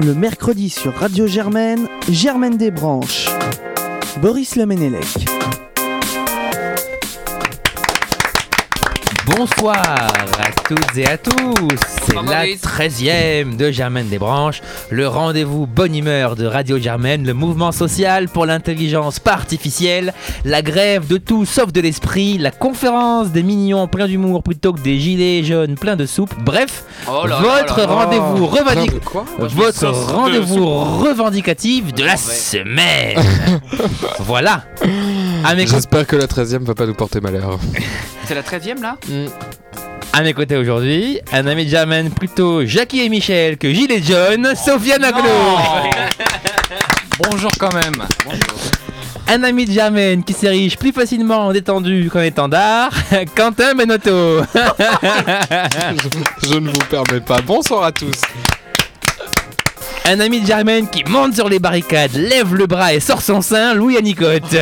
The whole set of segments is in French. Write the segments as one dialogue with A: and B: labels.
A: Le mercredi sur Radio Germaine, Germaine des Branches. Boris Lemenelec.
B: Bonsoir à toutes et à tous. C'est
C: Bonsoir,
B: la
C: Maurice.
B: 13e de Germaine des Branches, le rendez-vous bonne humeur de Radio Germaine, le mouvement social pour l'intelligence pas artificielle, la grève de tout sauf de l'esprit, la conférence des mignons pleins d'humour plutôt que des gilets jaunes pleins de soupe. Bref,
C: Oh là là
B: votre
C: là là.
B: rendez-vous revendic-
C: Quoi Moi, je me
B: votre
C: sens de-
B: rendez-vous revendicatif de la
C: Ouais.
B: semaine. voilà. À mes, cô-
D: J'espère que la 13 e va pas nous porter malheur.
C: C'est la 13ème là
B: à mes côtés aujourd'hui, un ami de Germaine, plutôt Jackie et Michel que Gilles et John, Sofiane Aglo.
E: Oh. Bonjour quand même.
B: Un ami de Germaine qui s'érige plus facilement en détendu qu'en étendard, Quentin Benotto.
D: Je ne vous permets pas. Bonsoir à tous.
B: Un ami de Germaine qui monte sur les barricades, lève le bras et sort son sein, Louis Anicotte.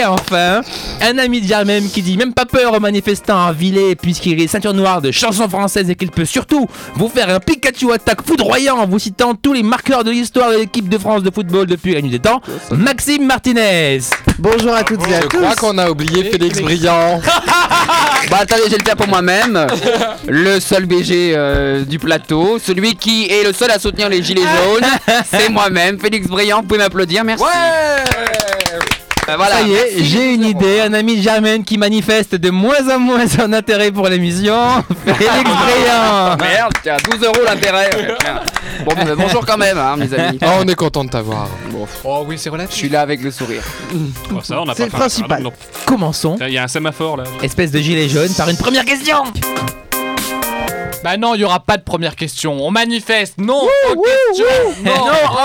B: Et enfin, un ami de Germaine qui dit même pas peur aux manifestants en villet puisqu'il est ceinture noire de chansons françaises et qu'il peut surtout vous faire un Pikachu attaque foudroyant en vous citant tous les marqueurs de l'histoire de l'équipe de France de football depuis la nuit des temps, Maxime Martinez.
A: Bonjour à toutes et à
D: Je crois
A: tous.
D: qu'on a oublié Félix Briand.
E: Bah attendez, j'ai le faire pour moi-même. Le seul BG euh, du plateau, celui qui est le seul à soutenir les gilets jaunes, c'est moi-même, Félix Briand. Vous pouvez m'applaudir, merci. Bah, voilà.
B: Ça y est, j'ai une idée, un ami de Germaine qui manifeste de moins en moins son intérêt pour l'émission, Félix Briand.
E: Ah, Merde, tiens, 12 euros l'intérêt. Ouais, tiens. Bon, mais bonjour quand même, hein, mes amis.
D: Oh, on est content de t'avoir.
E: Oh oui, c'est relatif. Je suis là avec le sourire.
F: Bon, ça, on a
A: C'est
F: pas
A: le
F: fait un
A: principal.
F: referendum,
B: Commençons,
F: non. Il y a un sémaphore là.
B: espèce de gilet jaune, par une première question.
G: Bah non, il y aura pas de première question. On manifeste. Non.
E: Non,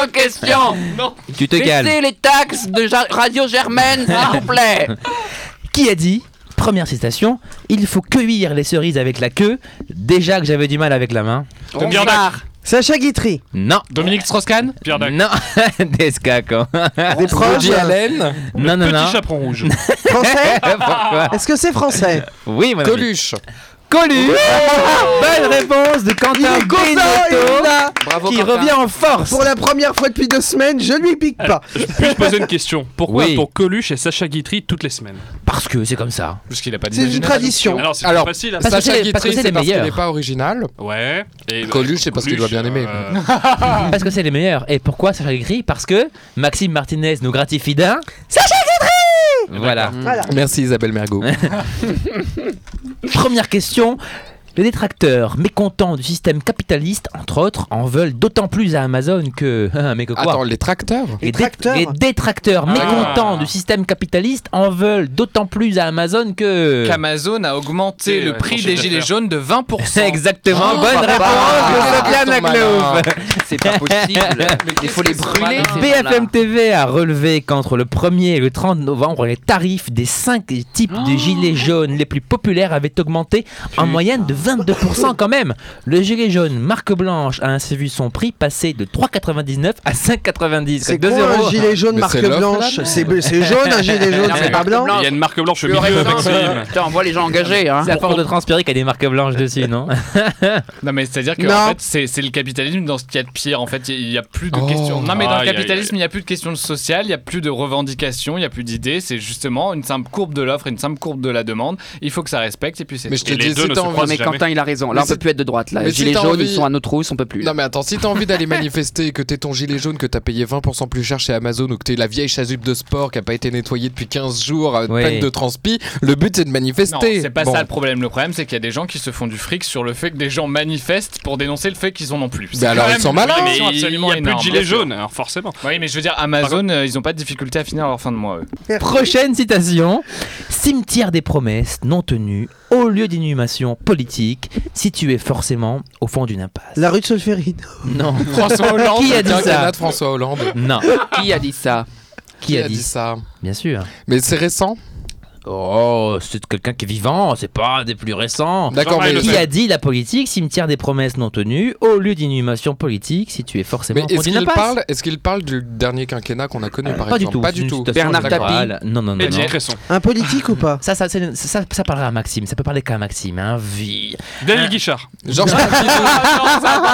E: en question.
B: Tu te calmes.
E: Baissez les taxes de Ja- Radio Germaine, s'il vous plaît.
B: Qui a dit Première citation, il faut cueillir les cerises avec la queue, déjà que j'avais du mal avec la main.
E: On
F: Gardac.
E: part.
A: Sacha Guitry.
B: Non,
G: Dominique Strauss-Kahn
F: Pierre Dac.
B: non, Desca quand.
A: Des preuves
D: Woody Allen,
B: Non, non,
F: Petit
B: non.
F: chaperon rouge.
A: français
B: Pourquoi
A: Est-ce que c'est français
B: Oui, mon ami.
D: Coluche.
B: Coluche Bonne réponse de Quentin Benotto
E: Bravo,
B: qui
E: Quentin.
B: revient en force.
A: Pour la première fois depuis deux semaines, je lui pique pas.
D: Euh,
F: Puis-je poser une question Pourquoi
B: Oui.
F: pour Coluche et Sacha Guitry toutes les semaines
B: Parce que c'est comme ça.
G: Parce qu'il a pas
A: C'est une tradition.
F: Alors c'est
D: Alors-
F: plus facile. hein.
B: Parce que c'est
D: Sacha
B: les- parce que
D: Guitry,
B: c'est
D: c'est
B: les
D: parce qu'il
B: meilleurs.
D: n'est pas original.
F: Ouais. Et, bah,
D: Coluche, c'est parce qu'il doit bien aimer.
F: euh,
B: Parce que c'est les meilleurs. Et pourquoi Sacha Guitry Parce que Maxime Martinez nous gratifie d'un. Sacha Guitry Voilà.
A: Voilà.
D: Merci Isabelle Mergo.
B: Première question. Les détracteurs mécontents du système capitaliste, entre autres, en veulent d'autant plus à Amazon que. Hein, mais que quoi
D: Attends, les tracteurs
B: les, dé-
A: Détracteurs
B: les détracteurs
E: Ah.
B: mécontents du système capitaliste en veulent d'autant plus à Amazon
G: Euh.
B: que.
G: Qu'Amazon a augmenté
F: C'est,
G: le
F: ouais,
G: prix
F: son
G: des
F: chiffre
G: gilets
F: d'affaires.
G: jaunes de 20%.
B: Exactement,
E: Oh,
B: bonne
E: papa.
B: réponse de Sofiane
D: Ah,
B: Aglaouf.
E: C'est pas possible. Il faut les brûler. ces gens-là.
B: BFM TV a relevé qu'entre le 1er et le 30 novembre, les tarifs des 5 types de gilets jaunes les plus populaires avaient augmenté en moyenne de 22% quand même. Le gilet jaune marque blanche a ainsi vu son prix passer de 3,99 à 5,90.
A: C'est
B: 2
A: quoi un
B: euros.
A: gilet jaune
D: Mais
A: marque
D: c'est l'offre,
A: blanche C'est bleu- c'est jaune un gilet jaune,
E: Non,
A: c'est
E: mais
A: pas
E: marque
A: blanc
F: Il y a une marque blanche au
E: Le
F: milieu,
E: raisonnant,
F: Maxime.
E: Putain, on voit les gens engagés, hein.
B: C'est à force de transpirer qu'il y a des marques blanches dessus, non
G: Non mais c'est à dire que
A: Non.
G: en fait, c'est c'est le capitalisme dans ce qu'il y a de pire. En fait, il n'y a plus de
D: Oh.
G: questions. Non mais dans
F: Aïe,
G: le
F: aïe, aïe.
G: capitalisme, il n'y a plus de questions sociales, il n'y a plus de revendications, il n'y a plus d'idées. C'est justement une simple courbe de l'offre, une simple courbe de la demande. Il faut que ça respecte et puis c'est.
D: Mais
G: tout.
D: je te
F: Et les
D: dis,
F: deux
D: si
F: ne
D: t'as
F: se
D: envie-
E: Non,
F: croisent
E: mais
F: jamais.
E: Quentin, il a raison. Là,
D: Mais
E: on peut
D: si-
E: plus être de droite. Là.
D: mais
E: Les
D: si
E: gilets
D: t'as
E: jaunes,
D: envie-
E: ils sont à nos trous, ils sont peut plus.
D: Non mais attends, si t'as envie d'aller manifester et que t'es ton gilet jaune que t'as payé 20% plus cher chez Amazon ou que t'es la vieille chasuble de sport qui a pas été nettoyée depuis 15 jours à
B: Oui.
D: peine de transpi, le but c'est de
G: Non,
D: manifester.
G: c'est pas
D: Bon.
G: ça le problème. Le problème, c'est qu'il y a des gens qui se font du fric sur le fait que des gens manifestent pour dénoncer le fait qu'ils en ont plus.
D: Bah
G: C'est
D: alors,
G: quand
D: ils
G: même
D: sont
G: une
D: malins.
G: réaction
F: Mais il
G: absolument
F: n'y a plus de
G: énorme.
F: gilet jaune, alors forcément.
G: Oui, mais je veux dire, Amazon, euh, ils n'ont pas de difficulté à finir leur fin de mois. eux.
B: Prochaine citation. Cimetière des promesses non tenues, au lieu d'inhumation politique, situé forcément au fond d'une impasse.
A: La rue de Solferino.
B: Non.
D: François Hollande,
B: Qui a
D: le
B: dit
D: quinquennat
B: ça
D: de François Hollande.
B: Non.
E: Qui a dit ça
B: Qui a dit ça
D: ça
B: Bien sûr.
D: Mais c'est récent
B: Oh, c'est quelqu'un qui est vivant, c'est pas des plus récents.
D: D'accord, mais,
F: Jean-Marie Le
B: Qui
F: Pen.
B: a dit la politique, cimetière des promesses non tenues, au lieu d'inhumation politique, si tu es forcément
D: mais est-ce
B: conduit
D: qu'il
B: passe Euh,
D: parle, est-ce qu'il parle du dernier quinquennat qu'on a connu par
B: Pas du
D: exemple
B: tout.
D: Pas
B: c'est
D: du
B: une
D: tout.
B: citation
E: Bernard
B: électorale. Non, non, non.
F: Et
B: non.
F: Didier Cresson.
A: Un politique ou pas
B: Ça, ça, c'est- ça, ça parlera à Maxime, ça peut parler qu'à Maxime, hein, vie.
F: Daniel Guichard.
D: Georges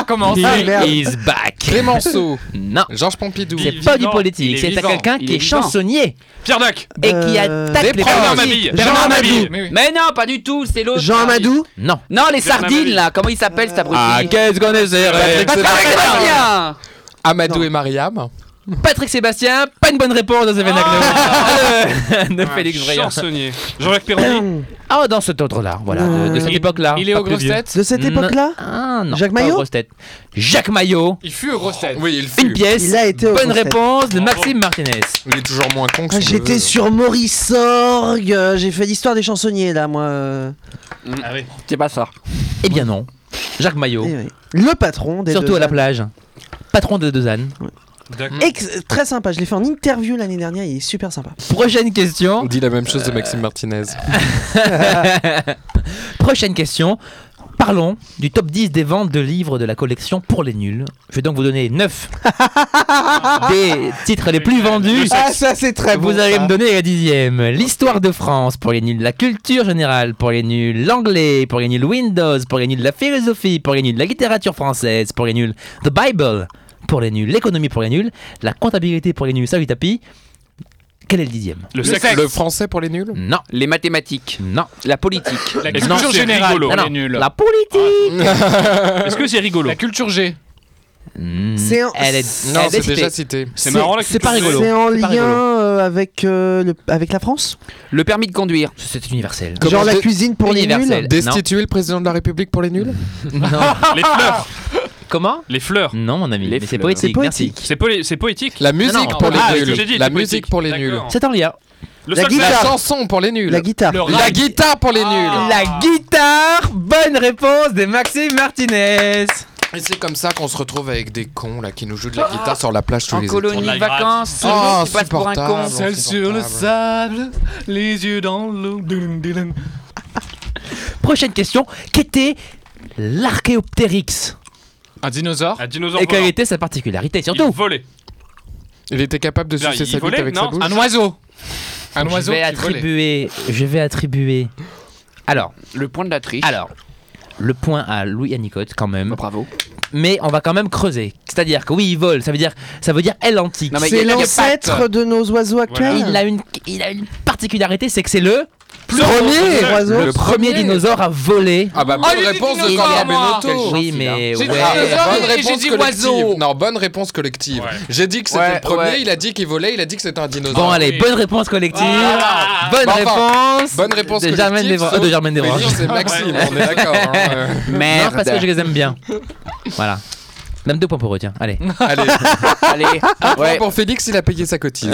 G: Comment ça
A: merde.
B: He is back.
D: Clémenceau,
B: Non,
D: Georges Pompidou,
B: c'est
F: est
B: pas du
F: vivant,
B: politique,
F: il est
B: c'est à
F: vivant,
B: quelqu'un
E: il
B: qui
E: est
B: est
E: vivant.
B: chansonnier
F: Pierre Dac.
B: et
A: Euh,
B: qui attaque
D: des
B: les
D: proches.
F: Bernard
B: politiques.
F: Mabille.
B: Bernard Mabille.
G: Mais oui.
E: Mais non, pas du tout, c'est l'autre.
A: Jean Amadou
B: Non.
E: Non, les
F: Bernard
E: sardines
F: Mabille.
E: là, comment il s'appelle cet abruti
D: Ah,
B: qu'est-ce qu'on essaierait
E: Patrick Sébastien
D: Amadou et Mariam.
B: Patrick Sébastien, pas une bonne réponse dans ce Vénaglo. De Félix Vrayer.
F: Ah, Chansonnier. Jean-Jacques Perroni.
B: Ah, dans cet ordre-là, voilà, de- de, cette
G: Il-
B: époque-là.
G: Il est
B: Ah, pas
G: aux
B: plus
G: grosses
B: vieux.
G: têtes
A: De cette
B: Non.
A: époque-là
B: Ah non,
A: Jacques
B: pas
A: Maillot
B: aux grosses têtes. Jacques Maillot,
G: Il fut aux grosses têtes.
D: Oui, il
B: une pièce,
A: Il a été aux
B: bonne
A: grosses têtes.
B: réponse de
F: Bravo.
B: Maxime Martinez.
D: Il est toujours moins con que
A: Ah,
D: son
A: J'étais
D: neveu.
A: sur Maurice Sorgue, euh, j'ai fait l'histoire des chansonniers là, moi. euh.
F: Ah
E: C'est pas ça.
B: Eh bien non, Jacques Maillot,
A: Eh oui. Le patron des
B: surtout
A: deux
B: à la
A: ânes.
B: plage. Patron de deux ânes.
A: Ex- très sympa, je l'ai fait en interview l'année dernière, il est super sympa.
B: Prochaine question.
D: On dit la même chose de
B: Euh,
D: Maxime Martinez.
B: Prochaine question. Parlons du top 10 des ventes de livres de la collection pour les nuls. Je vais donc vous donner 9 des titres les plus vendus.
A: Ah ça c'est très
B: Vous
A: bon,
B: allez
A: ça.
B: me donner la dixième. L'histoire de France pour les nuls, la culture générale pour les nuls, l'anglais pour les nuls, Windows pour les nuls, la philosophie pour les nuls, la littérature française pour les nuls, The Bible pour les nuls, l'économie pour les nuls, la comptabilité pour les nuls, ça lui tapis. Quel est le dixième
F: Le sexe.
D: Le français pour les nuls
B: Non,
E: Les mathématiques,
B: non,
E: la politique.
G: La
F: Est-ce que
G: culture
F: c'est
G: générale,
F: rigolo
G: pour
B: Ah
G: les
B: non.
G: nuls.
B: la politique.
F: Est-ce que c'est rigolo
G: La culture G.
B: Mm,
A: C'est en-
B: Elle est,
D: Non,
B: elle est
D: c'est déjà
B: citée.
D: cité.
F: C'est marrant la
B: c'est
F: culture
B: pas rigolo.
A: C'est en
B: C'est pas
A: lien
B: rigolo.
A: euh, avec, euh, le- avec la France
E: Le permis de conduire.
B: C'est universel.
D: Comment
A: Genre la
D: c'est-
A: cuisine pour les nuls
B: Universel.
D: Destituer le président de la République pour les nuls
B: Non.
F: Les fleurs.
B: Comment
F: Les fleurs.
B: Non, mon ami,
E: Les
B: mais c'est
E: fleurs.
B: poétique,
A: C'est
B: merci.
F: C'est poé- c'est poétique.
D: La musique
B: Non, non,
D: pour les
F: ah, ce que j'ai dit,
D: nuls La
F: était poétique.
D: musique pour les nuls
F: D'accord.
B: C'est en lien.
F: Le
A: La
F: sexe.
A: guitare.
D: La chanson pour les nuls
A: La guitare.
G: Le
D: La guitare pour
G: Ah.
D: les nuls
B: La guitare, bonne réponse de Maxime Martinez.
D: Et c'est comme ça qu'on se retrouve avec des cons là qui nous jouent de
G: Ah.
D: la guitare sur la plage tous
E: En
D: les étés.
E: colonie
F: de la
E: de vacances,
D: grâce.
E: seulement
D: Oh,
E: tu passes pour un con.
D: insupportable.
G: Seul sur le sable, les yeux dans l'eau. Dun, dun, dun.
B: Prochaine question, qu'était l'archéoptérix
G: Un dinosaure
F: Un dinosaure.
B: Et quelle
F: volant.
B: était sa particularité
F: Il
B: surtout
F: volait.
D: Il était capable de
F: Là,
D: sucer
F: il
D: sa bite
F: volait,
D: avec
F: non
D: sa bouche
G: Un oiseau Un
B: Je
G: oiseau
B: vais
G: qui volait.
B: attribuer, je vais attribuer. Alors,
E: Le point de la triche.
B: alors, le point à Louis Anicotte quand même,
E: Oh, Bravo.
B: mais on va quand même creuser. C'est-à-dire que oui, il vole, ça veut dire, ça veut dire elle antique.
E: Non, mais il y
A: C'est
E: a- il y a
A: l'ancêtre de nos oiseaux actuels.
B: Il a une, il a une particularité, c'est que c'est le
A: Premier oiseau.
D: Le
B: premier dinosaure à voler.
D: Ah bah bonne
G: j'ai dit
D: réponse de
G: dinosaure,
D: Corbin
G: moi.
D: Benotto
B: oui, mais
G: J'ai dit
B: ouais.
D: Ah,
G: dinosaure
D: bonne
G: et j'ai
D: réponse
G: dit
D: collective.
G: oiseau.
D: Non, bonne réponse collective.
F: Ouais.
D: J'ai dit que c'était
E: Ouais,
D: le premier,
E: ouais.
D: il a dit qu'il volait, il a dit que c'était un dinosaure.
B: Bon, allez,
G: oui.
B: bonne réponse collective.
G: Voilà.
B: Bonne
D: Bon, enfin,
B: réponse.
D: Bonne réponse
B: de
D: collective.
B: Germaine Desbra-
D: sauf
B: de Germaine Desbroches.
D: Félix et Maxime, on est d'accord. hein, euh.
B: Non,
E: Merde.
B: parce que je les aime bien. voilà. Même deux points pour eux, tiens. Allez.
D: Allez,
E: Allez.
D: point
E: Ouais.
D: pour Félix, il a payé sa cotise.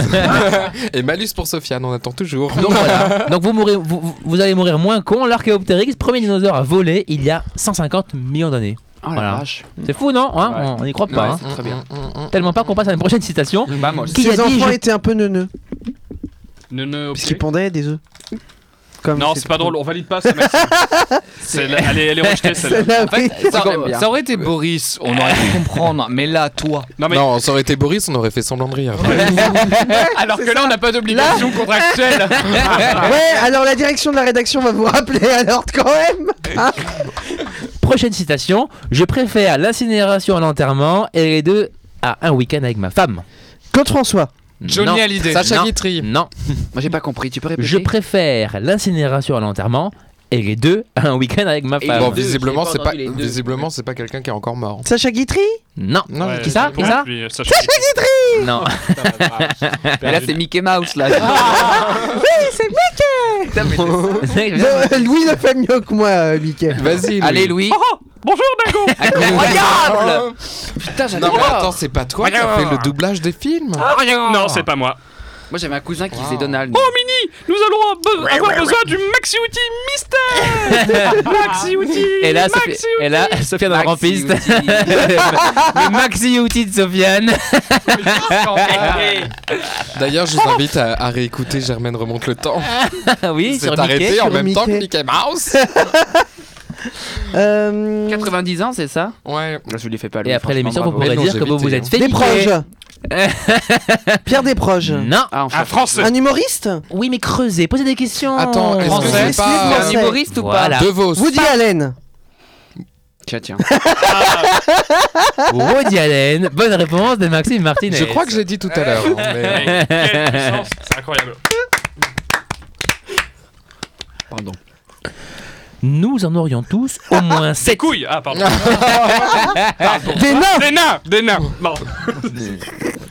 D: et malus pour Sofiane, on attend toujours.
B: Donc voilà. Donc vous, mourrez, vous, vous- vous allez mourir moins con. L'archéoptérix, premier dinosaure à voler il y a 150 millions d'années.
E: Oh la
B: Voilà.
E: vache.
B: C'est fou, non Hein On n'y croit pas. hein.
E: Très bien.
B: Tellement pas qu'on passe à une prochaine citation. Qui a
A: Ses
B: dit
A: enfants
B: je-
A: étaient un peu neuneux,
G: Ne, ne,
A: puisqu'ils pondaient des œufs. Comme
F: Non, c'est pas drôle, on valide pas ça, Maxime. C'est la- Elle est elle est rejetée,
A: Celle-là,
F: celle-là.
A: oui.
G: ça,
E: quand même bien.
G: ça aurait été Boris, on aurait pu comprendre, mais là, toi.
F: Non, mais
D: Non, ça aurait été Boris, on aurait fait semblant de rire.
G: Alors que là, on n'a pas d'obligation contractuelle.
A: Ouais, alors la direction de la rédaction va vous rappeler à l'ordre quand même.
B: Prochaine citation. Je préfère l'incinération à l'enterrement et les deux à un week-end avec ma femme.
A: Claude François.
G: Johnny
B: Non.
G: Hallyday.
D: Sacha
B: Non.
D: Guitry.
B: Non.
E: Moi j'ai pas compris, tu peux répéter
B: Je préfère l'incinération à l'enterrement et les deux à un week-end avec ma
E: Et
B: femme.
D: Bon,
E: deux,
D: visiblement,
E: j'ai
D: c'est
E: pas
D: pas,
E: entendu les deux.
D: visiblement, c'est pas quelqu'un qui est encore mort.
A: Sacha Guitry
B: Non.
D: Non,
F: Ouais,
B: Qui ça
F: j'ai
B: Qui ça
F: compris, euh, Sacha Guitry.
B: Non.
E: Mais là c'est Mickey Mouse là. Ah, Oh.
A: Le- Euh, Louis le fait mieux que moi, euh, Mickey.
D: Vas-y. Ah,
E: Allez Louis.
B: Oh,
F: Bonjour, Dago
E: Incroyable.
D: Non, mais attends, c'est pas toi qui as fait le doublage des films
F: Non, Oh, c'est pas moi.
E: Moi j'avais un cousin qui faisait Donald.
B: Oh,
F: Oh, Nous allons be- avoir besoin du maxi outil mystère. maxi outil.
B: Et là,
F: maxi
B: Sophie- et là, Sofiane en
E: Maxi
B: piste.
E: outil.
B: le maxi outil de Sofiane.
D: D'ailleurs, je vous invite à, à réécouter Germaine remonte le temps.
B: oui,
D: C'est
B: sur
D: arrêté
B: Mickey.
D: hein. en
A: sur
D: même temps que
A: Mickey.
D: Mickey Mouse.
A: Euh,
E: 90 ans, c'est ça
D: Ouais.
E: Je lui fais pas
B: Et après l'émission, vous
E: pour
B: pourrez
D: Mais non,
B: dire
D: j'ai hein.
B: comment
D: évité,
B: vous êtes fait.
A: des
B: niquer.
A: proches. Pierre Desproges.
B: Non.
E: Ah,
F: Un
E: enfin.
F: français.
A: Un humoriste
B: Oui, mais creusez, posez des questions.
D: Attends, est-ce que
F: Français.
D: c'est pas
E: Un
A: Français.
E: humoriste ou pas
B: Voilà.
D: De Vos
A: Woody Allen.
E: Tiens, tiens.
B: Woody Allen. Bonne réponse de Maxime Martinez.
D: Je crois que je l'ai dit tout à l'heure. hein, mais-
F: Quelle puissance, C'est incroyable.
E: Pardon.
B: Nous en aurions tous au moins 7.
F: Des couilles. Ah pardon.
A: Des nains.
F: Hein Des nains. Des nains. Pardon.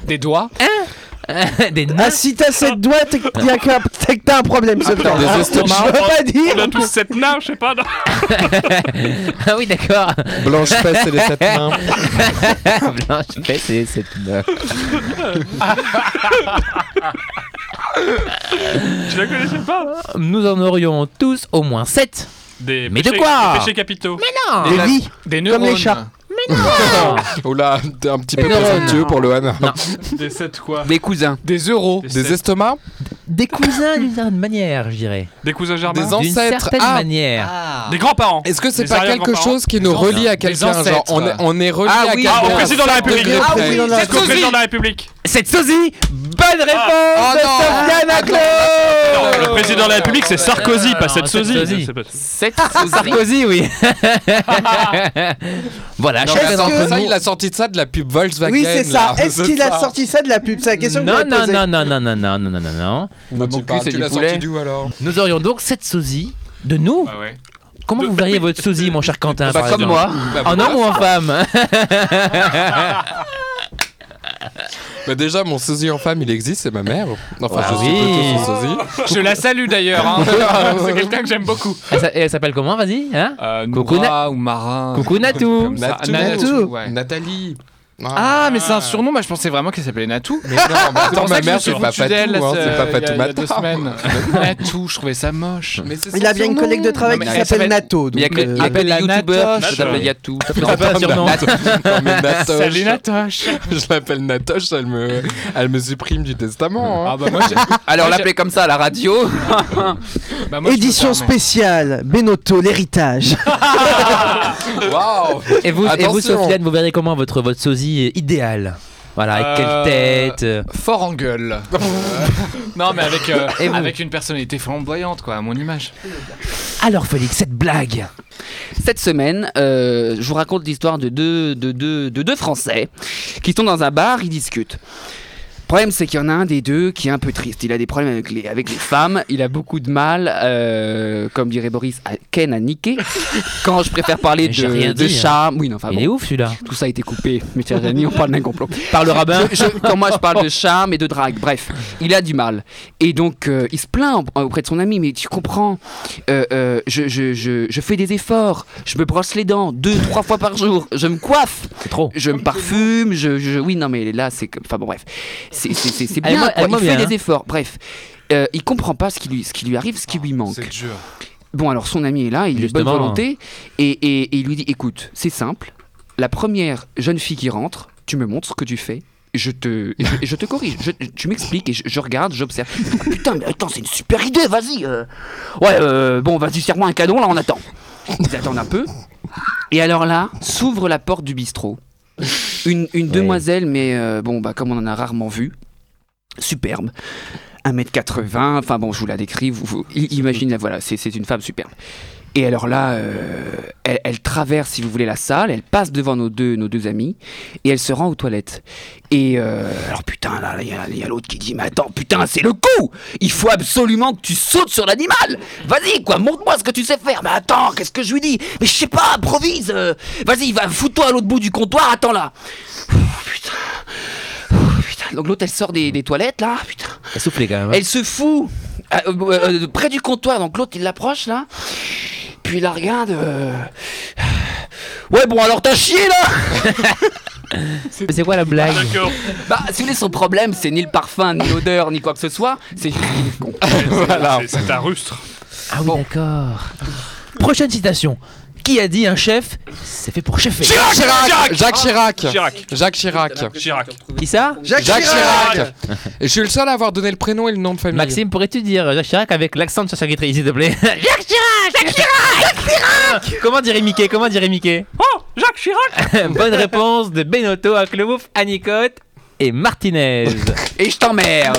G: Des doigts
B: des
A: Ah,
B: nazes.
A: si t'as sept doigts, t'es que t'as qu'un- t'es que t'as un problème, ce temps.
D: Des
A: Je
D: estomacs.
A: veux pas dire.
F: On a tous sept nains, je sais pas. non
B: Ah oui, d'accord.
D: Blanche fesse et les sept mains.
B: Blanche fesse et cette meuf.
F: Tu la connaissais pas
B: Nous en aurions tous au moins 7.
F: Des
B: Mais de
F: péchés-
B: quoi
F: Des péchés capitaux.
B: Non.
A: Des vies.
G: Des
A: Comme
G: neurones
A: les chats.
D: Oula, t'es Oh un petit peu
B: Et non,
D: présomptueux pour Lohan.
F: Des sept quoi
E: Des cousins.
G: Des euros
D: Des
F: sept-
D: estomacs
B: Des cousins d'une certaine manière, je dirais.
F: Des cousins germains.
D: Des
B: D'une
D: ancêtres.
B: certaine
D: Ah.
B: manière.
E: Ah,
F: Des grands-parents.
D: Est-ce que c'est
F: Les
D: pas quelque
F: arrière-grands-parents.
D: chose qui nous relie à quelqu'un Genre,
G: ancêtres.
D: on est, on est relié
E: Ah
D: à
E: oui.
D: quelqu'un.
F: Ah, au président de la République.
D: Degré
A: Ah, au
D: près.
A: président de la
F: Jusqu'au président de la République.
B: Cette sosie
E: Ah.
B: Bonne réponse
D: Oh
B: de
D: non.
B: Sofiane Aklog.
F: Non, le président de la République, c'est Euh, Sarkozy,
B: non,
F: pas
B: non,
F: cette
B: cette sosie.
F: sosie. C'est pas-
E: sept
B: Sarkozy, oui. voilà,
D: Non, mais
B: chacun
A: Est-ce
D: attends,
B: d'entre
A: que-
D: ça,
B: nous-
D: il a sorti de ça de la pub Volkswagen.
A: Oui, c'est ça.
D: là.
A: Est-ce qu'il a
D: ça.
A: sorti ça de la pub C'est la question que
B: Non,
A: je
B: non,
A: posée.
B: non, non, non, non, non, non, non, non.
D: Bah,
E: Mon
D: tu
E: cul,
D: parles,
E: c'est
D: tu
E: du
D: l'as
E: poulet.
D: sorti d'où alors
B: Nous aurions donc cette sosie de nous.
G: Ah ouais.
B: Comment vous verriez votre sosie, mon cher
G: Ah,
B: Quentin
D: Bah,
B: par
D: comme
B: exemple
E: Moi
B: En homme ou en femme
D: Bah, déjà, mon sosie en femme, il existe, c'est ma mère. Enfin,
G: Bah
B: Ah
D: je suis
B: oui.
D: plutôt son sosie.
G: Je la salue d'ailleurs. hein.
F: Ah,
G: C'est quelqu'un que j'aime beaucoup.
B: Elle s'a- elle s'appelle comment, vas-y hein
G: Euh,
B: Coucou,
G: Noura ou Marin.
B: Coucou, Natou.
G: Comme ça.
D: Natou.
G: Natou, ouais.
D: Nathalie.
G: Ah, mais c'est un surnom, bah, je pensais vraiment qu'elle s'appelait Natou.
D: mais non, mais attends,
G: pour ça
D: ma
G: que je me
D: mère,
G: suis
D: c'est pas
G: foutu
D: Fatou,
G: d'elle,
D: hein,
G: euh,
D: c'est pas
G: il y a-
D: Fatou
G: il y a deux
D: Matar.
G: semaines. Natou, je trouvais ça moche.
D: Mais c'est
A: Il
D: son
A: a bien une
D: surnom.
A: collègue de travail
G: Non, mais
A: qui
G: elle
A: s'appelle
G: s'appelle-
A: Nato.
E: Il y a
A: donc,
E: que,
A: euh,
E: il y a que les
G: Appelle-la
E: youtubeurs
F: Natoche.
E: qui s'appellent Yatou.
B: Non, pas un surnom.
D: Non, mais Natoche.
G: Salut Natoche.
D: Je l'appelle Natoche, elle me, elle me supprime du testament. hein.
G: Ah bah moi, j'ai-
E: Alors l'appeler comme ça à la radio.
G: bah, moi, je
A: Édition
G: me permets.
A: spéciale, Benotto, l'héritage.
D: hein. Waouh
B: Et vous, et vous,
D: Attention.
B: Sofiane, vous verrez comment votre, votre sosie idéale Voilà, avec
G: Euh,
B: quelle tête euh,
G: Fort en gueule. non, mais avec, euh,
B: Et vous
G: avec une personnalité flamboyante, quoi, à mon image.
B: Alors, Félix, cette blague
E: Cette semaine, euh, je vous raconte l'histoire de deux, de, deux, de deux Français qui sont dans un bar, ils discutent. Le problème, c'est qu'il y en a un des deux qui est un peu triste. Il a des problèmes avec les, avec les femmes, il a beaucoup de mal, euh, comme dirait Boris, à Ken à niquer. Quand je préfère parler
B: Mais j'ai
E: de,
B: rien
E: de
B: dit, hein.
E: charme. Oui, non, enfin
B: Il
E: ah bon,
B: est ouf, celui-là
E: tout ça a été coupé. Mais tiens, Jérémy, on parle d'un complot.
B: Par le rabbin
E: Je- je- quand moi je parle de charme et de drague, bref, il a du mal. Et donc euh, il se plaint en- auprès de son ami, mais tu comprends, euh, euh, je, je- je- je fais des efforts, je me brosse les dents deux, trois fois par jour, je me coiffe,
B: C'est trop
E: je me parfume, je, je- Oui, non mais là c'est... comme- Enfin bon bref, c'est c'est- c'est- c'est
B: Elle est
E: bien,
B: mo- elle
E: quoi,
B: est moins
E: il fait
B: bien, hein.
E: des efforts, bref. Euh, il comprend pas ce qui lui, ce qui lui arrive, ce qui lui manque.
F: C'est dur.
E: Bon, alors son ami est là, il est de bonne
B: Justement.
E: volonté, et, et- et il lui dit écoute, c'est simple, la première jeune fille qui rentre, tu me montres ce que tu fais. Je te, et je, et je te corrige, je- tu m'expliques et je, je regarde, j'observe. Ah, putain, mais attends, c'est une super idée, vas-y. euh. Ouais, euh, bon, vas-y, serre-moi un canon, là, on attend. Ils attendent un peu. Et alors là, s'ouvre la porte du bistrot. Une, une demoiselle, mais euh, bon, bah, comme on en a rarement vu, superbe. 1m80, enfin bon, je vous la décris, vous, vous- i- imaginez, voilà, c'est c'est une femme superbe. Et alors là, euh, elle, elle traverse, si vous voulez, la salle, elle passe devant nos deux, nos deux amis, et elle se rend aux toilettes. Et euh, alors putain, là, il y a, il y a l'autre qui dit, mais attends, putain, c'est le coup Il faut absolument que tu sautes sur l'animal Vas-y, quoi, montre-moi ce que tu sais faire Mais attends, qu'est-ce que je lui dis Mais je sais pas, improvise euh, Vas-y, va, fous-toi à l'autre bout du comptoir, attends là Ouh, Putain Ouh, Putain, donc l'autre elle sort des, des toilettes là, putain.
B: Elle soufflait quand même hein.
E: Elle se fout à- euh, euh, euh, près du comptoir, donc l'autre il l'approche là. Puis il la regarde. euh, Ouais, bon alors t'as chié là
B: Mais c'est quoi la blague
E: Bah, si vous voulez, son problème, c'est ni le parfum, ni l'odeur, ni quoi que ce soit. C'est juste qu'il est con.
D: Voilà.
F: C'est- C'est un rustre.
B: Ah oui, d'accord. Prochaine citation. Qui a dit un chef C'est fait pour cheffer.
D: Chirac Jacques Chirac
F: Chirac.
D: Jacques Chirac
F: Chirac.
B: Qui ça
D: Jacques Chirac Et je suis le seul à avoir donné le prénom et le nom de famille.
B: Maxime, pourrais-tu dire euh, Jacques Chirac avec l'accent de sa Guitry, s'il te plaît Jacques Chirac Jacques Chirac Jacques Chirac Comment dirait Mickey Comment dirait Mickey
F: Oh, Jacques Chirac.
B: Bonne réponse de Benotto à Clebouf, Anicotte et Martinez.
E: Et je t'emmerde.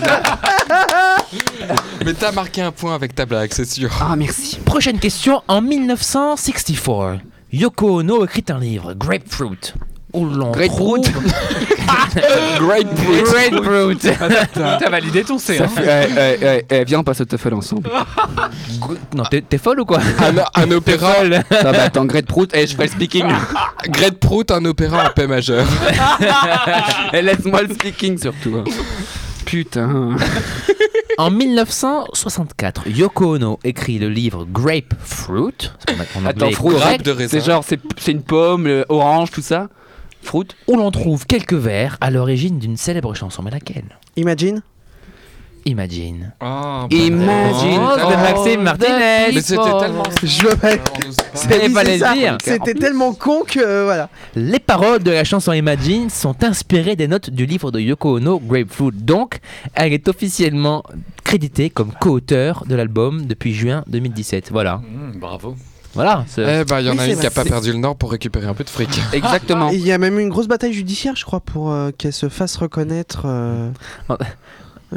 D: Mais t'as marqué un point avec ta blague, c'est sûr.
E: Ah, merci.
B: Prochaine question. En 1964, Yoko Ono écrit un livre, Grapefruit. Où l'on
E: Grapefruit.
B: trouve-
E: Grapefruit.
B: Grapefruit.
E: Ah.
G: T'as validé ton C.
E: Ça
G: hein.
E: fait- eh, eh, eh, eh, viens, on passe au Teuffel ensemble.
B: non, t'es t'es folle ou quoi
D: Un, un opéra,
E: Ça va, attends, Grapefruit. Et je fais le speaking.
D: Grete Prout, un opéra en paix majeure.
E: Eh, Laisse-moi le speaking surtout. hein. Putain.
B: En 1964, Yoko Ono écrit le livre Grapefruit. en anglais
E: Attends, fruit,
B: grec,
D: grappe de raisin.
E: C'est genre, c'est c'est une pomme, euh, orange, tout ça. Fruit.
B: où l'on trouve quelques vers à l'origine d'une célèbre chanson. Mais laquelle
A: Imagine.
B: Imagine.
G: Oh,
E: Imagine.
B: Oh, de Maxime Martinez.
D: Mais c'était tellement.
A: Je veux
B: Fallait pas Eh ben, le dire.
A: C'était tellement con que euh, voilà.
B: Les paroles de la chanson Imagine sont inspirées des notes du livre de Yoko Ono, Grapefruit. Donc, elle est officiellement créditée comme co-auteur de l'album depuis juin 2017. Voilà.
G: bravo.
B: Voilà. c'est-
D: Eh ben, il y en
A: Oui,
D: a
A: c'est
D: une qui a
A: vrai.
D: pas perdu le nord pour récupérer un peu de fric.
E: Exactement.
A: Et Il y a même eu une grosse bataille judiciaire, je crois, pour euh, qu'elle se fasse reconnaître euh,
B: Ah.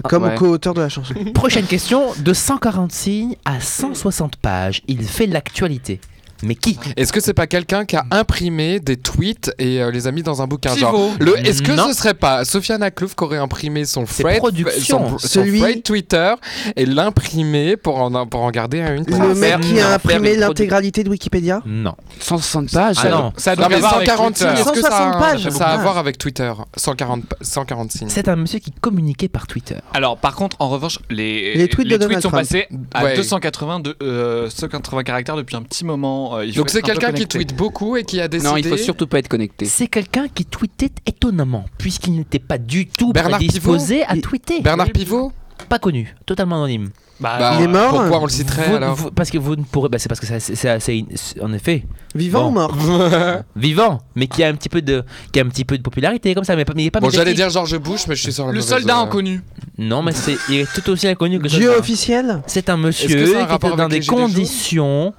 A: comme
E: ouais.
A: co-auteur de la chanson.
B: Euh, Prochaine question. De 140 signes à 160 pages, il fait l'actualité. Mais qui
D: Est-ce que c'est pas quelqu'un qui a imprimé des tweets et euh, les a mis dans un bouquin genre
G: Pivot.
D: le, Est-ce que
B: Non.
D: ce serait pas Sofiane Aklouf qui aurait imprimé son
B: C'est
D: thread,
B: production.
D: son, son
A: Celui-
D: thread Twitter et l'imprimer pour en, pour en garder une pour
A: Le
D: un
A: mec qui
E: faire
A: a
E: une
A: imprimé
E: produ-
A: l'intégralité de Wikipédia.
B: Non.
E: 160 pages.
B: Ah non.
G: Ça
D: Non
G: doit
D: mais
G: avoir avec
D: 140 signes,
G: Twitter.
D: est-ce que ça a,
A: 160 pages,
D: ça a à
A: putain.
D: voir avec Twitter 140, pa- 140 signes.
B: C'est un monsieur qui communiquait par Twitter.
G: Alors par contre, en revanche, les,
A: Les tweets de Donald
G: sont
A: Trump.
G: passés à
D: Ouais.
G: 280, de, euh, 180 caractères depuis un petit moment. euh, il faut
D: Donc c'est
G: être un peu
D: quelqu'un qui
G: connecté.
D: tweete beaucoup et qui a décidé...
E: Non, il faut surtout pas être connecté.
B: C'est quelqu'un qui tweetait étonnamment, puisqu'il n'était pas du tout
D: Bernard
B: disposé à tweeter.
D: Bernard Pivot
B: Pas connu, totalement anonyme.
G: Bah,
D: Bah,
A: Il est mort
D: Pourquoi on le citerait
B: Vous-
D: alors
B: vous- parce que vous ne pourrez. bah, c'est parce que c'est assez- c'est assez. in- c'est- En effet,
A: Vivant
B: Bon.
A: ou mort
D: Ah.
B: vivant, mais qui a un petit peu de, qui a un petit peu de popularité comme ça, mais, pas- mais il est pas
D: Bon, j'allais
B: médiatique.
D: dire George Bush, mais je suis sur la
G: le
D: mauvaise,
G: soldat
D: euh,
G: inconnu.
B: Non, mais c'est, il est tout aussi inconnu que
A: Dieu
B: ça.
A: officiel
B: C'est un monsieur
D: Est-ce que
B: qui
D: ça a un rapport
B: était dans
D: avec les
B: des
D: Gilets jaunes
B: conditions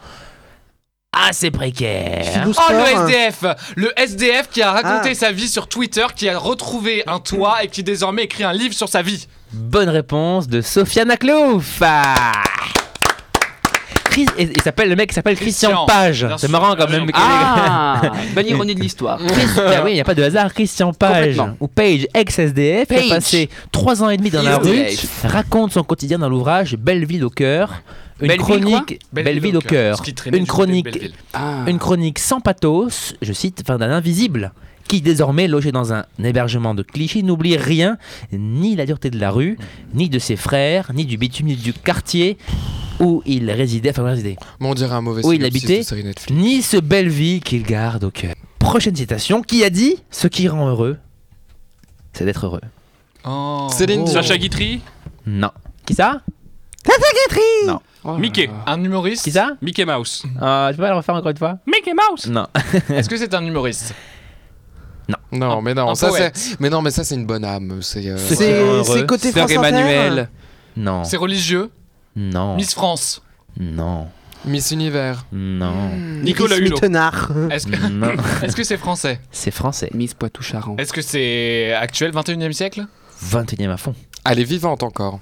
B: assez précaires.
A: Fidou
G: Oh
A: Star,
G: le
A: hein.
G: SDF Le SDF qui a raconté
A: Ah.
G: sa vie sur Twitter, qui a retrouvé un toit et qui désormais écrit un livre sur sa vie.
B: Bonne réponse de Sofiane Aklouf. Chris- et- il s'appelle le mec il s'appelle Christian,
G: Christian,
B: Page.
G: bien
B: C'est
G: sûr.
B: marrant quand même.
E: Ah Bonne ironie de l'histoire.
B: Chris-
G: Ah.
B: bah oui, il n'y a pas de hasard. Christian Page
E: Complètement.
B: ou Page ex-SDF qui
E: Page.
B: a passé 3 ans et demi dans la rue,
E: SDF.
B: raconte son quotidien dans l'ouvrage Belle ville au cœur. Une
E: Belle ville,
B: chronique
G: Belle
B: Belle
G: ville
B: ville au cœur.
G: ce qui traînait
B: Une
G: du côté de
B: chronique
G: Belleville.
E: Ah.
B: une chronique sans pathos, je cite, enfin d'un invisible, qui désormais logé dans un hébergement de clichés n'oublie rien, ni la dureté de la rue, ni de ses frères, ni du bitume, ni du quartier où il résidait, enfin où il résidait,
D: Bon, on dirait un mauvais
B: Oui, il
D: synopsis
B: habitait.
D: de série Netflix.
B: ni ce belle vie qu'il garde au cœur. Prochaine citation, qui a dit Ce qui rend heureux, c'est d'être heureux.
G: Oh.
D: Céline Dion.
F: Sacha Guitry.
B: Non. Qui ça
F: Mickey.
G: Un humoriste
B: Qui ça
F: Mickey Mouse.
B: Euh, Tu peux pas le refaire encore une fois
F: Mickey Mouse.
B: Non.
G: Est-ce que c'est un humoriste
D: Non, mais non,
G: un
D: ça
G: poète.
D: c'est, mais non, mais ça c'est une bonne âme. C'est, euh,
B: C'est-
D: ouais.
A: C'est
B: Heureux.
A: c'est hein. côté
E: Sœur
A: France Inter.
E: Emmanuel.
B: Non.
G: C'est religieux
B: Non.
G: Miss France
B: Non.
D: Miss Univers.
B: Non.
F: Nicolas
A: Iris
F: Hulot.
A: Mittenard.
G: Est-ce que
B: Non.
G: est-ce que c'est français
B: C'est français.
E: Miss Poitou-Charentes.
G: Est-ce que c'est actuel 21 e siècle
B: 21 e à fond.
D: Elle est vivante encore.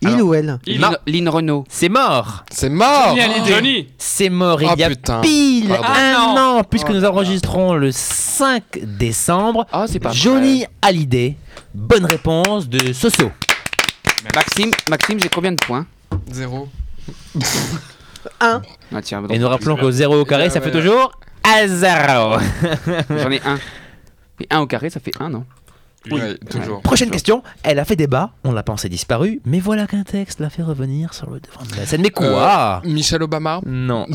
A: Il
G: Alors-
A: ou elle
F: Il-
E: Lynn- Lynn Renault.
B: C'est mort
D: C'est
B: Oh.
D: mort.
G: Génial.
F: Johnny. Johnny.
B: C'est mort il
D: Ah,
B: y a
D: putain.
B: pile
D: Pardon.
B: un
G: Ah,
B: an, puisque nous enregistrons le 5 décembre.
E: Ah, c'est pas
B: Johnny Hallyday. Bonne réponse de Soso.
E: vrai. Maxime, Maxime j'ai combien de points
D: Zéro.
E: Ah tiens,
B: Et
E: pardon,
B: nous rappelons que 0 au carré, ça fait toujours à zéro.
E: j'en ai un. Et un au carré, ça fait un, non
D: Ouais, toujours.
B: Prochaine question. Elle a fait débat, on l'a pensé disparue, mais voilà qu'un texte l'a fait revenir sur le devant de la scène. Mais quoi
D: Michelle Obama,
B: Non.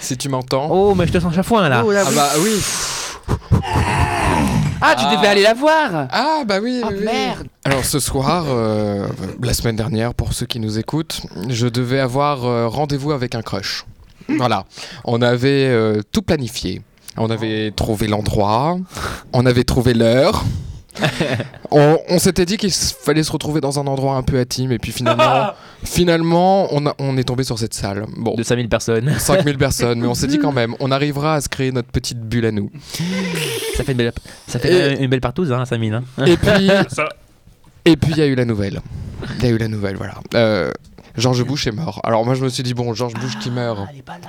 D: si tu m'entends.
B: Oh, mais je te sens chafouin là.
A: Oh, là,
D: Ah
A: oui.
D: bah oui.
E: Ah, tu devais aller la voir
D: Ah bah oui,
E: Oh
D: oui, oui.
E: merde
D: Alors ce soir, euh, la semaine dernière, pour ceux qui nous écoutent, je devais avoir euh, rendez-vous avec un crush.
G: Hmm.
D: Voilà, on avait euh, tout planifié. On
G: Oh.
D: avait trouvé l'endroit, on avait trouvé l'heure. on on s'était dit qu'il s- fallait se retrouver dans un endroit un peu intime et puis
B: Ah.
D: finalement,
F: Ah,
D: finalement on, a- on est tombé sur cette salle. Bon,
B: De 5000 personnes.
D: 5000 personnes, mais on s'est dit quand même, on arrivera à se créer notre petite bulle à nous.
B: Ça fait une belle, ça fait une belle partouze, hein, 5000. Hein.
D: Et puis,
F: Ça-
D: Et puis il y a eu la nouvelle. Il y a eu la nouvelle, voilà. Euh, George Bush est mort. Alors moi je me suis dit bon, George Bush qui meurt.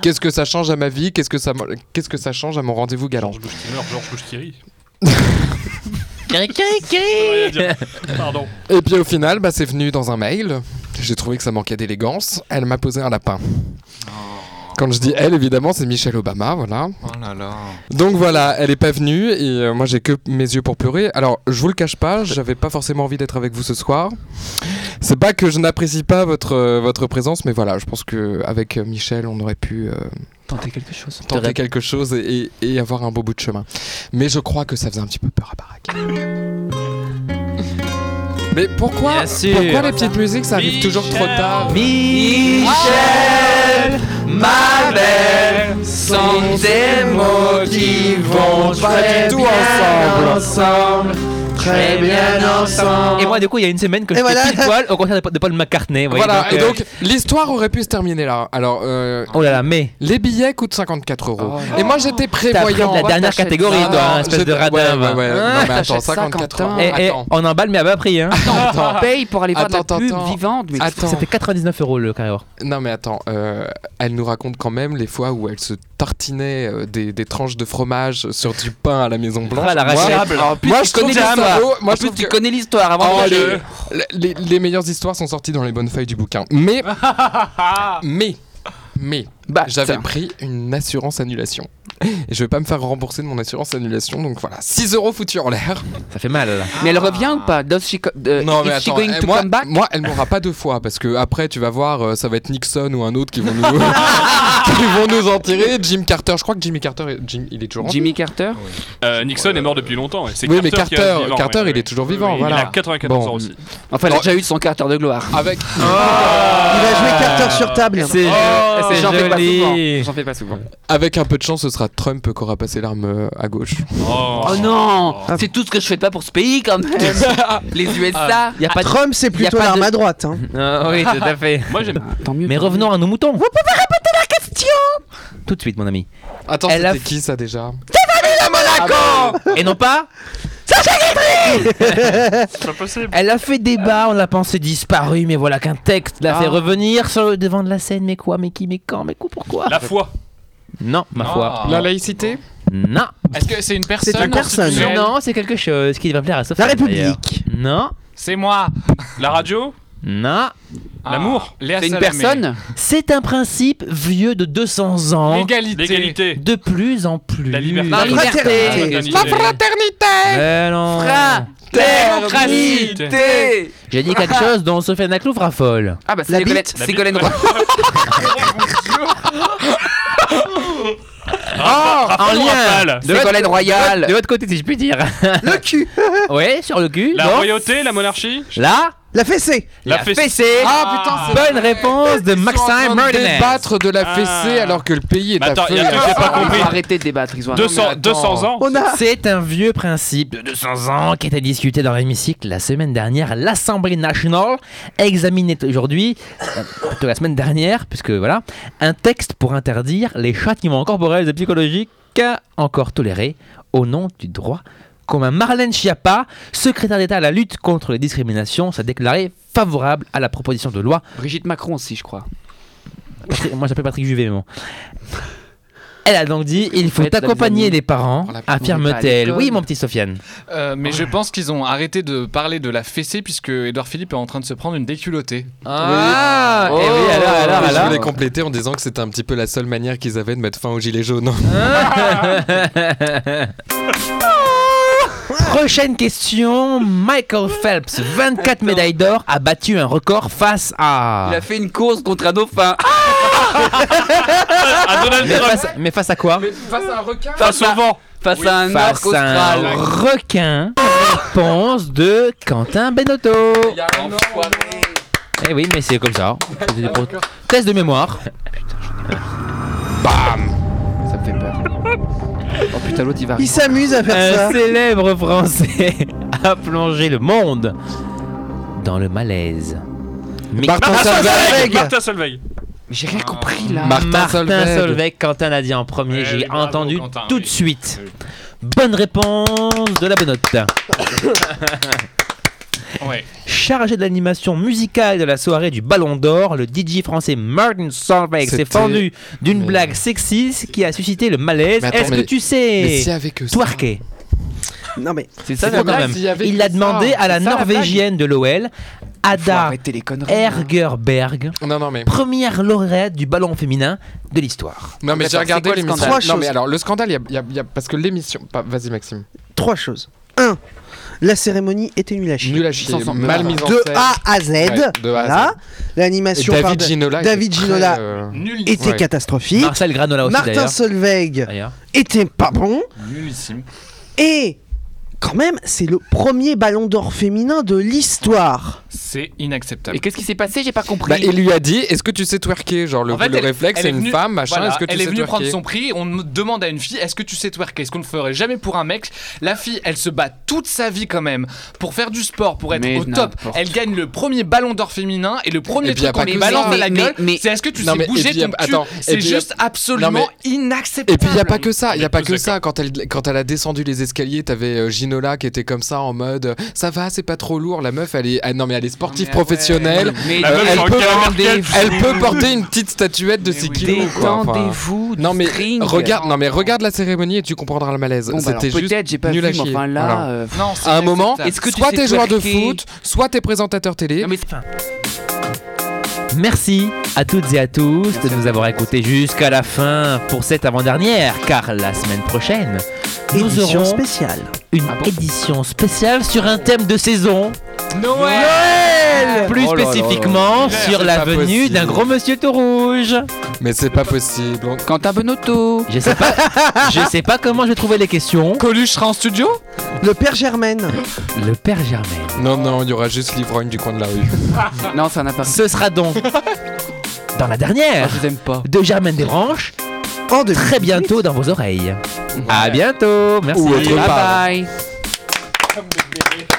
D: Qu'est-ce que ça change à ma vie Qu'est-ce que ça me- qu'est-ce que ça change à mon rendez-vous galant
F: Georges Bush qui meurt, Georges Bush qui rit.
B: Cri, cri,
F: Rien à
B: cri.
F: dire. Pardon.
D: Et puis au final, bah, c'est venu dans un mail. J'ai trouvé que ça manquait d'élégance. Elle m'a posé un lapin. Quand je dis elle, évidemment, c'est Michelle Obama, voilà.
G: Oh là là.
D: Donc voilà, elle est pas venue et euh, moi j'ai que mes yeux pour pleurer. Alors je vous le cache pas, j'avais pas forcément envie d'être avec vous ce soir. C'est pas que je n'apprécie pas votre, euh, votre présence, mais voilà, je pense que avec euh, Michel on aurait pu euh,
B: Tentez quelque chose.
D: tenter quelque chose et, et- et avoir un beau bout de chemin. Mais je crois que ça faisait un petit peu peur à Barack. Mais pourquoi,
B: Bien sûr.
D: pourquoi les petites musiques ça arrive toujours trop tard
E: Ah,
B: Michel, ma belle,
D: sont des mots qui vont très bien
B: ensemble.
A: très bien
B: ensemble. Et moi, du coup, il y a une semaine que je
A: voilà.
B: pile poil au concert de de Paul McCartney. vous voyez,
D: Voilà, et
B: euh,
D: donc l'histoire aurait pu se terminer là. Alors, euh,
B: Oh là là, mais.
D: les billets coûtent 54 euros.
E: Oh.
D: et moi j'étais
B: T'as pris de
D: prévoyant.
B: la dernière
E: t'achètes
B: catégorie,
D: Ah,
B: toi, hein,
D: non,
B: espèce
D: j'étais-
B: de radin.
D: ouais, ouais,
B: va.
D: ouais,
E: Hein,
D: non, mais attends,
E: t'achètes
D: 54 euros.
E: Eh,
B: Eh, eh,
D: Attends,
B: on emballe, mais à bas prix. Hein.
D: attends, attends.
E: Paye pour aller voir
D: Attends,
E: de la pub
D: attends.
E: vivante, mais
D: Attends.
B: C'était 99 euros le carré
D: Non mais attends, euh, elle nous raconte quand même les fois où elle se tartinait euh, des, des tranches de fromage sur du pain à la Maison Blanche.
B: Ah, la
D: Moi-
B: rachette.
E: En plus,
D: moi,
E: tu
D: je trouve
E: connais
D: que ça
E: l'histoire.
D: vaut- moi,
E: En
D: je
E: plus,
D: trouve
E: tu
D: que-
E: connais l'histoire avant
D: Oh,
E: de
D: les, les- les meilleures histoires sont sorties dans les bonnes feuilles du bouquin. Mais, mais, mais,
E: Bah,
D: j'avais
E: ça.
D: pris une assurance annulation. Et je vais pas me faire rembourser de mon assurance annulation, donc voilà, 6 euros foutus en l'air.
B: Ça fait mal là.
E: Mais elle revient ou pas Does she co- euh,
D: Non, mais
E: is she
D: attends,
E: going
D: eh,
E: to
D: moi,
E: come back
D: moi, elle m'aura pas deux fois parce que après, tu vas voir, euh, ça va être Nixon ou un autre qui vont nous, qui vont nous en tirer. Jim Carter, je crois que Jimmy Carter, est- Jim- il est toujours en vie.
E: Jimmy Carter
F: Euh, Nixon est mort depuis longtemps. et c'est
D: Oui, mais
F: qui reste
D: Carter-
F: vivant,
D: Carter,
F: ouais,
D: il
F: ouais.
D: est toujours vivant,
F: Oui, oui,
D: voilà.
F: Il a 94
D: Bon.
F: ans aussi.
E: Enfin, elle a
D: Non.
E: déjà eu son quart d'heure de gloire.
D: Avec.
F: Ah
A: Il va jouer 4 heures sur table.
B: C'est
E: Oh,
B: c'est
E: J'en fais pas
B: joli.
E: souvent. J'en fais pas souvent.
D: Avec un peu de chance, ce sera Trump qui aura passé l'arme euh, à gauche.
F: Oh,
E: Oh non
A: Ah.
E: C'est tout ce que je fais pas pour ce pays quand même Les USA
B: Y a pas de-
A: Trump, c'est plutôt
E: pas
A: l'arme
E: de-
A: à droite. hein.
B: Ah, oui, tout à fait.
F: Moi j'aime.
E: Tant mieux.
B: Mais revenons à nos moutons. Vous pouvez répéter la question Tout de suite, mon ami.
D: Attends,
B: Elle
D: c'était
B: a-
D: qui ça déjà
B: Et non pas
F: C'est pas possible.
B: Elle a fait débat, on l'a pensé disparue, mais voilà qu'un texte l'a
E: Ah.
B: fait revenir sur le devant de la scène. Mais quoi Mais qui Mais quand Mais quoi Pourquoi
F: La foi.
B: Non, ma foi.
D: La laïcité
B: Non.
G: Est-ce que c'est une personne
A: une personne.
G: institutionnelle
B: Non, c'est quelque chose qui va plaire à Sophie.
A: La République.
B: Non.
G: C'est moi.
F: La radio.
B: Non.
G: Ah,
F: L'amour.
G: Léa
E: C'est une
G: Salamé.
E: personne
B: C'est un principe vieux de 200 ans.
G: L'égalité.
F: L'égalité.
B: De plus en plus.
F: La liberté.
B: Ah,
E: La
F: La
E: liberté
F: fraternité.
B: Mais non.
E: Fra- Fraternité
B: J'ai dit quelque chose dont Sophie Anaclou raffole.
E: Ah bah c'est
A: La
E: Ségolène
A: bite.
E: Ségolène Royal.
B: Oh, en
F: Raphaël.
B: lien de votre,
E: Ségolène Royal
B: de votre côté, si je puis dire.
A: Le cul,
B: ouais, sur le cul.
F: La
B: bon.
F: royauté, la monarchie.
B: Là,
A: la fessée.
F: La
B: la
F: fesse-
B: fessée.
D: Ah putain,
B: Bonne réponse de
D: Ils sont en train
B: Maxime
D: de
B: Martinez.
D: débattre de la fessée
F: Ah.
D: alors que le pays est
F: Mais
D: à
F: attends,
D: feu.
F: y a- j'ai pas
E: Ils
F: compris.
E: vont arrêter de débattre, ils ont arrêté.
F: 200, 200 ans.
A: On a.
B: C'est un vieux principe de 200 ans qui a été discuté dans l'hémicycle la semaine dernière. L'Assemblée nationale examinait aujourd'hui, euh, plutôt la semaine dernière, puisque voilà, un texte pour interdire les châtiments corporels et psychologiques encore tolérés au nom du droit commun. Marlène Schiappa, secrétaire d'État à la lutte contre les discriminations, s'est déclarée favorable à la proposition de loi.
E: Brigitte Macron aussi, je crois.
B: Patrick- moi, j'appelle Patrick Juvet, mais bon. Elle a donc dit, il faut
E: Faites, mesdames,
B: accompagner
E: amis.
B: les parents,
D: Oh,
E: on
D: la petite,
E: est pas à
B: affirme-t-elle.
E: l'école.
B: Oui, mon petit Sofiane.
G: Euh, mais je pense qu'ils ont arrêté de parler de la fessée puisque Edouard Philippe est en train de se prendre une déculottée.
B: Ah,
E: Oui.
B: eh oui,
E: Oh.
B: alors, alors,
D: Mais
B: alors.
D: je voulais compléter en disant que c'était un petit peu la seule manière qu'ils avaient de mettre fin aux gilets jaunes.
B: Oh. Prochaine question. Michael Phelps, 24 médailles d'or, a battu un record face à.
E: Il a fait une course contre un dauphin.
F: À Donald
B: Mais
F: Trump.
B: face, mais face à quoi
D: face à un requin
F: Face au vent.
E: Bah, face à un
B: face
E: orc
B: à
E: austral.
B: un requin. Réponse de Quentin Benotto. Eh oui, mais c'est comme ça. C'était des pro- Test de mémoire.
E: Ça me fait peur. Oh putain, l'autre il va.
A: Il s'amuse à faire ça.
B: Un célèbre français a plongé le monde dans le malaise. Mais-
D: Martin Solveig
F: Martin Solveig.
E: J'ai rien compris là.
D: Martin
B: Martin
D: Solveig.
B: Solveig, Quentin l'a dit en premier,
G: Ouais, oui,
B: j'ai
G: bravo,
B: entendu
G: Quentin,
B: tout
G: oui. Ah
B: de suite.
G: Oui.
B: Bonne réponse de la benote.
G: Ouais.
B: Chargé de l'animation musicale de la soirée du Ballon d'Or, le DJ français Martin Solveig s'est
D: C'était-
B: fendu d'une
D: Mais-
B: blague sexiste qui a suscité le malaise.
D: Mais attends,
B: Est-ce que
D: mais-
B: tu
D: Mais s'il y
B: sais
D: avait que ça.
B: twerker
A: Non mais
B: C'est
D: ça, la
B: quand
D: blague,
B: même.
D: s'il y avait
B: Il
D: que
B: l'a
D: ça.
B: demandé à la
E: C'est ça, la
B: norvégienne de l'OL,
E: Faut
B: Ada
E: arrêter les conneries.
B: Ergerberg,
D: Non, non, mais,
B: première lauréate du ballon féminin de l'histoire.
D: non, mais
E: D'accord,
D: j'ai
E: c'est
D: regardé
E: quoi le
D: l'émission.
A: scandale
D: Non,
A: Trois
D: mais
A: choses.
D: alors, le scandale, il y a- il y a- il y a. Parce que l'émission. pas- Vas-y, Maxime.
A: trois choses. 1. La cérémonie était nulle à chier.
D: Nul à chier.
E: Sans- sans-
D: Mal mise en
A: de
D: scène.
A: A à Z.
D: de A à
A: Là,
D: Z. Et
A: l'animation par-
D: David Ginola.
A: David
D: était très,
A: Ginola
D: euh,
G: Nul.
A: était
D: Ouais.
A: catastrophique.
B: Marcel Granola aussi
A: Martin
B: d'ailleurs.
A: Solveig
B: D'ailleurs.
A: était pas bon.
G: Nullissime.
A: Et quand même, c'est le premier ballon d'or féminin de l'histoire.
G: C'est
E: Et
G: inacceptable.
E: qu'est-ce qui s'est passé J'ai pas compris.
D: Bah, il lui a dit Est-ce que tu sais twerker Genre, le,
G: En fait,
D: le
G: elle-
D: réflexe,
G: elle
D: c'est
G: est
D: une
G: venue-
D: femme, machin.
G: voilà,
D: Est-ce que tu
G: elle
D: sais
G: est venue prendre
D: twerker
G: son prix. On me demande à une fille est-ce que tu sais twerker Ce qu'on ne ferait jamais pour un mec. La fille, elle se bat toute sa vie quand même pour faire du sport, pour être
E: Mais
G: au top.
E: n'importe
G: Elle gagne le premier ballon d'or féminin et le premier
D: Et puis, y
G: truc
D: a
G: qu'on
D: pas
G: lui
D: que
G: balance
E: ça.
G: à la
E: Mais-
G: gueule,
E: mais-
G: c'est est-ce que tu
D: Non, mais-
G: sais
D: et
G: bouger
D: puis, y a-
G: ton cul
D: attends, et
G: C'est
D: puis, y a-
G: juste absolument
D: Non,
G: inacceptable.
D: Et puis il y a pas que ça,
G: On
D: il y a
G: Ah, est
D: pas
G: tous
D: que
G: d'accord.
D: ça quand elle quand elle a descendu les escaliers, t'avais euh, Ginola qui était comme ça en mode euh, ça va, c'est pas trop lourd, la meuf elle est ah, non mais elle est sportive professionnelle.
E: Mais
D: Euh, elle, peut,
E: Merkel,
D: elle peut porter une petite statuette de
G: Mais
D: 6
G: oui.
D: kilos quoi. enfin.
E: détendez-vous.
D: non mais
E: string.
D: regarde non mais regarde la cérémonie et tu comprendras le malaise.
E: Bon, bah, alors,
D: C'était juste
E: peut-être j'ai pas vu,
D: nul à
E: mais
D: chier.
E: enfin
D: Voilà.
E: là. euh,
G: Non, c'est
D: à un moment,
G: inacceptable.
E: Est-ce que tu
D: soit
E: sais
D: t'es joueur de
E: twerker
D: foot, soit t'es présentateur télé.
E: Non, mais
B: Merci à toutes et à tous de nous avoir écoutés jusqu'à la fin pour cette avant-dernière, car la semaine prochaine, nous
A: Édition
B: aurons
A: spéciale.
B: une édition spéciale sur un thème de saison,
G: Noël
B: plus
D: Oh là là là là.
B: spécifiquement
G: L'hiver,
B: sur
D: c'est
B: la
D: pas
B: venue
D: possible.
B: d'un gros monsieur tout rouge.
D: Mais c'est pas possible. On-
E: Quentin Benotto.
B: Je sais pas, je sais pas comment je vais trouver les questions.
G: Coluche sera en studio
A: Le père Germaine.
B: Le père Germain.
D: Non non, il y aura juste l'ivrogne du coin de la rue.
E: Non, ça n'a pas.
B: Ce sera donc dans la
E: Ah,
B: dernière
E: Je vous aime pas.
B: de Germaine Desranches,
A: En 2018.
B: très bientôt dans vos oreilles. À bientôt, merci.
D: Ou autre
E: Bye
D: part.
E: bye.